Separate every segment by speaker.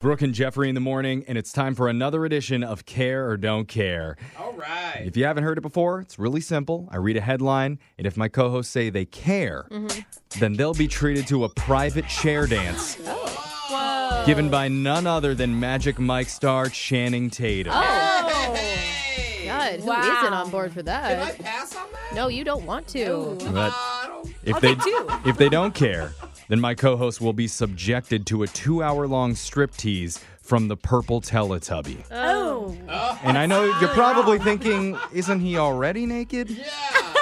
Speaker 1: Brooke and Jeffrey in the morning, and it's time for another edition of Care or Don't Care.
Speaker 2: All right.
Speaker 1: If you haven't heard it before, it's really simple. I read a headline, and if my co hosts say they care, then they'll be treated to a private chair dance given by none other than Magic Mike star Channing Tatum.
Speaker 2: Oh. Hey.
Speaker 3: God, who
Speaker 4: Wow.
Speaker 3: not on board for
Speaker 2: Can I
Speaker 3: that?
Speaker 2: pass on that?
Speaker 3: No, you don't want to.
Speaker 1: But
Speaker 2: I don't.
Speaker 1: if
Speaker 4: I'll
Speaker 1: they,
Speaker 4: take two.
Speaker 1: if they don't care, then my co host will be subjected to a two hour long striptease from the Purple Teletubby.
Speaker 4: Oh,
Speaker 1: And I know you're probably thinking, isn't he already naked?
Speaker 2: Yeah.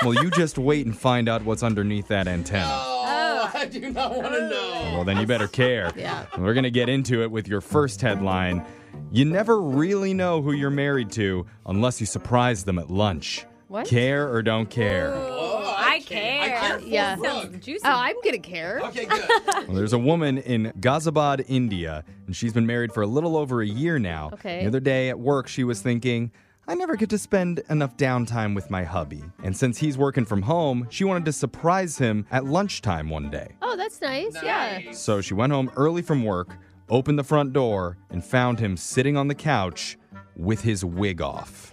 Speaker 1: Well, you just wait and find out what's underneath that antenna.
Speaker 2: Oh, I do not want to know.
Speaker 1: Well, then you better care.
Speaker 3: Yeah.
Speaker 1: We're going to get into it with your first headline. You never really know who you're married to unless you surprise them at lunch.
Speaker 3: What?
Speaker 1: Care or don't care.
Speaker 2: Oh,
Speaker 4: I
Speaker 2: can't.
Speaker 4: care.
Speaker 2: I care for
Speaker 3: Yeah.
Speaker 2: Brooke.
Speaker 4: sounds juicy.
Speaker 3: Oh, I'm gonna care.
Speaker 2: Okay, good.
Speaker 1: Well, there's a woman in Ghaziabad, India, and she's been married for a little over a year now.
Speaker 3: Okay.
Speaker 1: The other day at work, she was thinking, I never get to spend enough downtime with my hubby. And since he's working from home, she wanted to surprise him at lunchtime one day.
Speaker 3: Oh, that's nice. Yeah.
Speaker 2: Nice.
Speaker 1: So she went home early from work, opened the front door, and found him sitting on the couch with his wig off.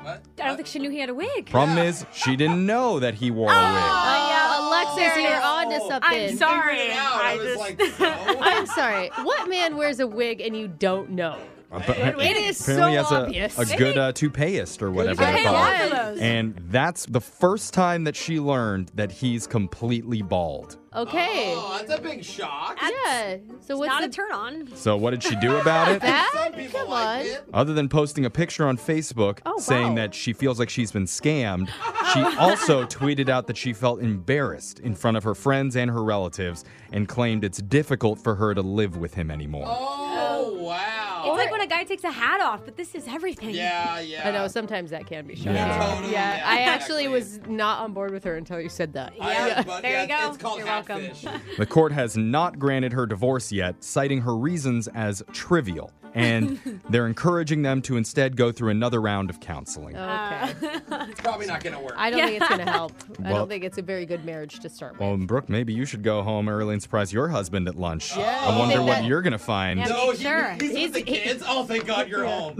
Speaker 2: What?
Speaker 4: I don't think she knew he had a wig.
Speaker 1: Problem is, she didn't know that he wore a
Speaker 3: Oh, Alexis, you're on to
Speaker 2: Oh,
Speaker 3: something.
Speaker 4: I'm sorry.
Speaker 2: Figured it out. I,
Speaker 4: I
Speaker 2: was
Speaker 4: just.
Speaker 2: like, no.
Speaker 3: I'm sorry. What man wears a wig and you don't know?
Speaker 1: wig.
Speaker 3: It is
Speaker 1: Apparently
Speaker 3: so
Speaker 1: has a,
Speaker 3: obvious.
Speaker 1: a good uh, toupeist or whatever
Speaker 4: I
Speaker 1: they
Speaker 4: pay a
Speaker 1: call
Speaker 4: lot
Speaker 1: it.
Speaker 4: for those.
Speaker 1: And that's the first time that she learned that he's completely bald.
Speaker 3: Okay.
Speaker 2: Oh, that's a big shock.
Speaker 3: yeah. So what's
Speaker 4: Not
Speaker 3: the
Speaker 4: a turn on.
Speaker 1: So what did she do about it?
Speaker 3: that?
Speaker 2: Some people
Speaker 3: Come
Speaker 2: like
Speaker 3: on.
Speaker 2: it.
Speaker 1: Other than posting a picture on Facebook
Speaker 3: Oh,
Speaker 1: saying
Speaker 3: wow.
Speaker 1: that she feels like she's been scammed, she also tweeted out that she felt embarrassed in front of her friends and her relatives and claimed it's difficult for her to live with him anymore.
Speaker 2: Oh, wow.
Speaker 4: It's like when a guy takes a hat off, but this is everything.
Speaker 2: Yeah, yeah.
Speaker 3: I know sometimes that can be shocking.
Speaker 1: Yeah.
Speaker 2: Totally,
Speaker 3: Yeah, I actually
Speaker 2: exactly.
Speaker 3: was not on board with her until you said that.
Speaker 2: I
Speaker 4: Yeah.
Speaker 2: am, but
Speaker 4: There you
Speaker 2: yeah,
Speaker 4: go.
Speaker 2: It's called
Speaker 4: You're welcome.
Speaker 2: catfish.
Speaker 1: The court has not granted her divorce yet, citing her reasons as trivial. And they're encouraging them to instead go through another round of counseling.
Speaker 3: Uh, Okay.
Speaker 2: It's probably not gonna work.
Speaker 3: I don't think it's going to help. I
Speaker 1: Well-
Speaker 3: don't think it's a very good marriage to start with.
Speaker 1: Well, Brooke, maybe you should go home early and surprise your husband at lunch.
Speaker 2: Yeah.
Speaker 1: I wonder
Speaker 3: Think
Speaker 1: what
Speaker 3: that-
Speaker 1: you're going to find.
Speaker 4: Yeah.
Speaker 2: no, he,
Speaker 4: Sure.
Speaker 2: he's,
Speaker 3: He's-
Speaker 2: with the
Speaker 3: he-
Speaker 2: kids. Oh, thank God you're home.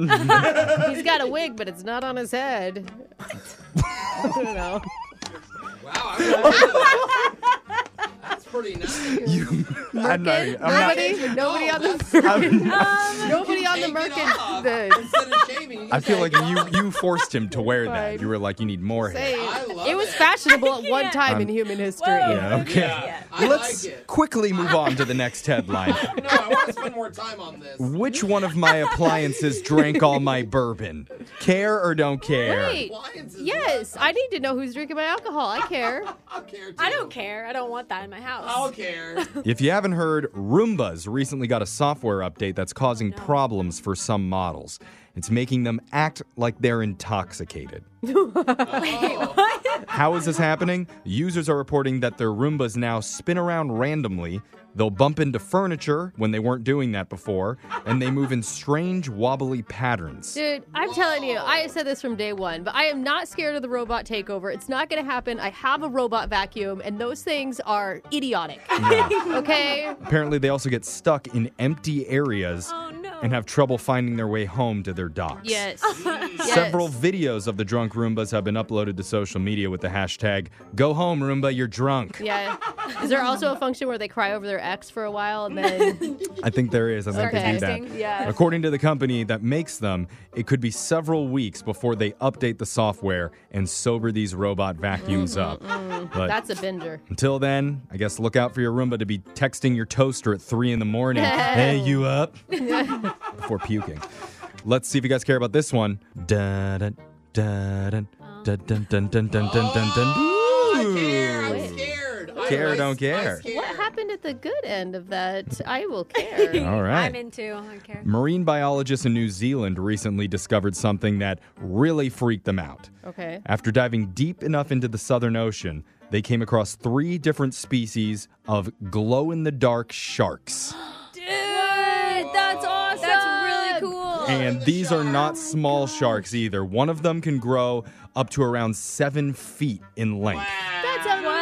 Speaker 3: He's got a wig, but it's not on his head. I don't know.
Speaker 2: Wow, I'm gonna- that's pretty nice.
Speaker 1: You, I'm not, I'm not-
Speaker 3: Nobody,
Speaker 2: not-
Speaker 3: nobody on the
Speaker 1: I'm-
Speaker 3: nobody on the
Speaker 2: Um, Take it off.
Speaker 3: Merkin. The,
Speaker 2: Instead of shaving, you
Speaker 1: I feel like
Speaker 2: take it
Speaker 1: you you forced him to wear that.
Speaker 3: Fine.
Speaker 1: You were like, you need more hair.
Speaker 3: say,
Speaker 2: I love
Speaker 3: it was
Speaker 2: it.
Speaker 3: fashionable at one time in
Speaker 1: I'm-
Speaker 3: human history.
Speaker 4: Whoa.
Speaker 1: Yeah, okay.
Speaker 2: Yeah, I
Speaker 1: Let's
Speaker 2: like it.
Speaker 1: quickly move on to the next headline.
Speaker 2: No, I want to spend more time on this.
Speaker 1: Which one of my appliances drank all my bourbon? Care or don't care?
Speaker 3: Wait.
Speaker 2: Lions is
Speaker 3: Yes, I need to know who's drinking my alcohol. I care.
Speaker 2: I don't care. Too.
Speaker 4: I don't care. I don't want that in my house.
Speaker 2: I don't care.
Speaker 1: If you haven't heard, Roomba's recently got a software update that's causing
Speaker 4: Oh, no.
Speaker 1: problems for some models. It's making them act like they're intoxicated.
Speaker 2: Oh,
Speaker 1: How is this happening? Users are reporting that their Roombas now spin around randomly. They'll bump into furniture when they weren't doing that before, and they move in strange, wobbly patterns.
Speaker 3: Dude, I'm telling you, I said this from day one, but I am not scared of the robot takeover. It's not going to happen. I have a robot vacuum, and those things are idiotic. Okay?
Speaker 1: Apparently, they also get stuck in empty areas
Speaker 4: Oh, no.
Speaker 1: and have trouble finding their way home to their docks.
Speaker 3: Yes. Yes.
Speaker 1: Several videos of the drunk Roombas have been uploaded to social media with the hashtag Go home, Roomba, you're drunk.
Speaker 3: Yeah. Is there also a function where they cry over their ex for a while and then
Speaker 1: I think there is. I think they do
Speaker 4: Sarcastic.
Speaker 1: that.
Speaker 3: Yeah.
Speaker 1: According to the company that makes them, it could be several weeks before they update the software and sober these robot vacuums up. But
Speaker 3: that's a binger.
Speaker 1: until then, I guess look out for your Roomba to be texting your toaster at three in the morning. hey, you up? before puking. Let's see if you guys care about this one. Dun, dun, dun, dun, dun, dun, dun, dun, dun, dun, dun.
Speaker 2: I care. I'm
Speaker 1: Ooh.
Speaker 2: scared.
Speaker 1: Care,
Speaker 2: I, I,
Speaker 1: don't
Speaker 2: I
Speaker 1: care.
Speaker 2: scared.
Speaker 3: What happened at the good end of that? I will care.
Speaker 1: All right.
Speaker 4: I'm into. I don't care.
Speaker 1: Marine biologists in New Zealand recently discovered something that really freaked them out.
Speaker 3: Okay.
Speaker 1: After diving deep enough into the Southern Ocean, they came across three different species of glow in the dark sharks.
Speaker 4: Dude, that's awesome. That's really cool.
Speaker 2: Oh,
Speaker 1: And these are not small sharks either. One of them can grow up to around seven feet in length.
Speaker 3: That's amazing.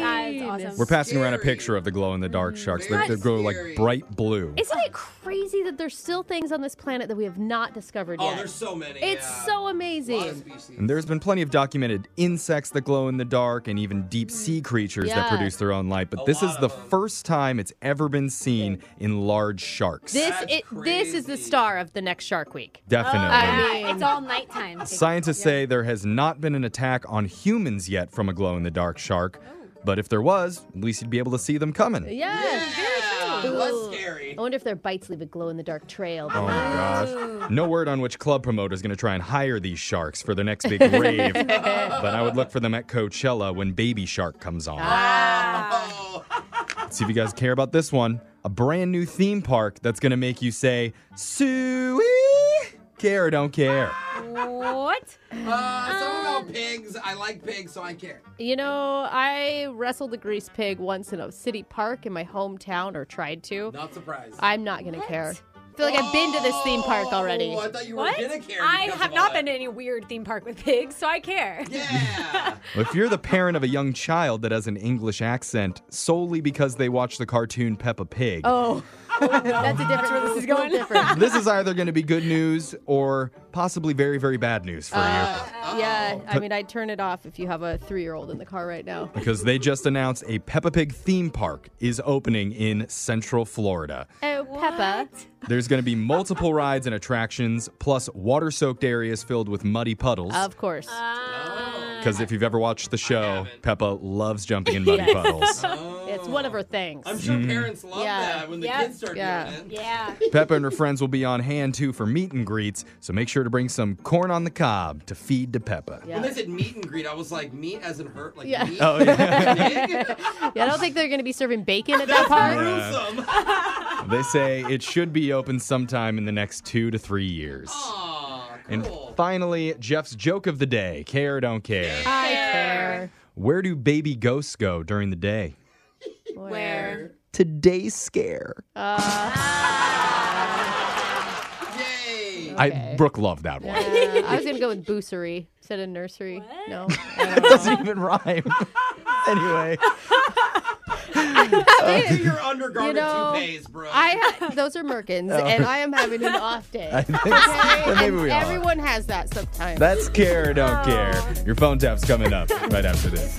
Speaker 4: That's
Speaker 3: goodness.
Speaker 4: awesome.
Speaker 1: We're passing around a
Speaker 2: Scary.
Speaker 1: picture of the glow in the dark sharks. They,
Speaker 2: Very
Speaker 1: they grow like
Speaker 2: scary.
Speaker 1: bright blue.
Speaker 3: Isn't it crazy that there's still things on this planet that we have not discovered
Speaker 2: Oh,
Speaker 3: yet?
Speaker 2: there's so many.
Speaker 3: it's
Speaker 2: yeah.
Speaker 3: so
Speaker 2: A lot of
Speaker 3: amazing.
Speaker 2: species.
Speaker 1: and there's been plenty of documented insects that glow in the dark and even deep sea creatures that
Speaker 3: Mm. Yeah.
Speaker 1: produce their own light. But
Speaker 2: A
Speaker 1: this
Speaker 2: lot
Speaker 1: is
Speaker 2: of
Speaker 1: the
Speaker 2: them.
Speaker 1: first time it's ever been seen in large sharks.
Speaker 3: This
Speaker 2: That's
Speaker 3: it, this is the
Speaker 2: crazy.
Speaker 3: star of the next Shark Week.
Speaker 1: Definitely.
Speaker 4: Yeah,
Speaker 3: mean-
Speaker 4: it's all nighttime. too.
Speaker 1: Scientists say there has not been an attack on humans yet from a glow in the dark shark. But if there was, at least you'd be able to see them coming.
Speaker 3: Oh. Yeah.
Speaker 2: yeah,
Speaker 3: true.
Speaker 2: that's
Speaker 3: Ooh.
Speaker 2: Uh, scary.
Speaker 3: I wonder if their bites leave a glow in the dark trail.
Speaker 1: Oh my gosh. No word on which club promoter is going to try and hire these sharks for their next big rave, but I would look for them at Coachella when Baby Shark comes on.
Speaker 3: Ah.
Speaker 2: Oh,
Speaker 1: Let's see if you guys care about this one. A brand new theme park that's going to make you say, Suey! Care or don't care.
Speaker 4: What?
Speaker 2: uh, something about pigs. I like pigs, so I care.
Speaker 3: You know, I wrestled a grease pig once in a city park in my hometown, or tried to.
Speaker 2: Not surprised.
Speaker 3: I'm not gonna
Speaker 4: What?
Speaker 3: care. I feel like I've been to this theme park already.
Speaker 2: Oh, I thought you were
Speaker 4: What?
Speaker 2: gonna care.
Speaker 4: I
Speaker 2: because
Speaker 4: have
Speaker 2: of
Speaker 4: not
Speaker 2: all
Speaker 4: been to
Speaker 2: that.
Speaker 4: any weird theme park with pigs, so I care.
Speaker 2: Yeah.
Speaker 1: If you're the parent of a young child that has an English accent solely because they watch the cartoon Peppa Pig,
Speaker 3: Oh, that's a different. That's where this is going. Different.
Speaker 1: this is either going to be good news or possibly very, very bad news for you.
Speaker 3: Uh. Yeah, I mean, I'd turn it off if you have a three-year-old in the car right now.
Speaker 1: because they just announced a Peppa Pig theme park is opening in Central Florida.
Speaker 3: Oh, Peppa.
Speaker 1: There's going to be multiple rides and attractions, plus water soaked areas filled with muddy puddles.
Speaker 3: Of course.
Speaker 2: Oh.
Speaker 1: Because if you've ever watched the show,
Speaker 2: haven't.
Speaker 1: Peppa loves jumping in muddy puddles.
Speaker 3: It's one of her things.
Speaker 2: I'm
Speaker 1: Mm-hmm.
Speaker 2: sure parents love
Speaker 3: Yeah.
Speaker 2: that when the
Speaker 4: Yep.
Speaker 2: kids start
Speaker 3: Yeah.
Speaker 2: doing it.
Speaker 4: Yeah.
Speaker 1: Peppa and her friends will be on hand too for meet and greets, so make sure to bring some corn on the cob to feed to Peppa.
Speaker 3: Yeah.
Speaker 2: When they said meet and greet, I was like, meat as in hurt, like
Speaker 3: Yeah.
Speaker 2: meat.
Speaker 1: Oh, yeah.
Speaker 3: Yeah, I don't think they're going to be serving bacon at that park.
Speaker 2: Gruesome.
Speaker 1: they say it should be open sometime in the next two to three years.
Speaker 2: Aw,
Speaker 1: And
Speaker 2: cool.
Speaker 1: finally, Jeff's joke of the day care or don't care.
Speaker 3: I care.
Speaker 1: Where do baby ghosts go during the day?
Speaker 4: Where?
Speaker 1: Today's scare.
Speaker 2: Yay.
Speaker 1: I Brooke loved that one.
Speaker 3: Uh, I was going to go with boosery instead of nursery. No.
Speaker 1: It doesn't even rhyme. anyway,
Speaker 2: Look at your undergarment
Speaker 3: You know,
Speaker 2: toupees, bro.
Speaker 3: I ha- those are Merkins, and I am having an off day.
Speaker 1: Oh. I think then maybe
Speaker 3: And
Speaker 1: we are.
Speaker 3: everyone has that sometimes.
Speaker 1: That's care or don't care. Your phone tap's coming up right after this.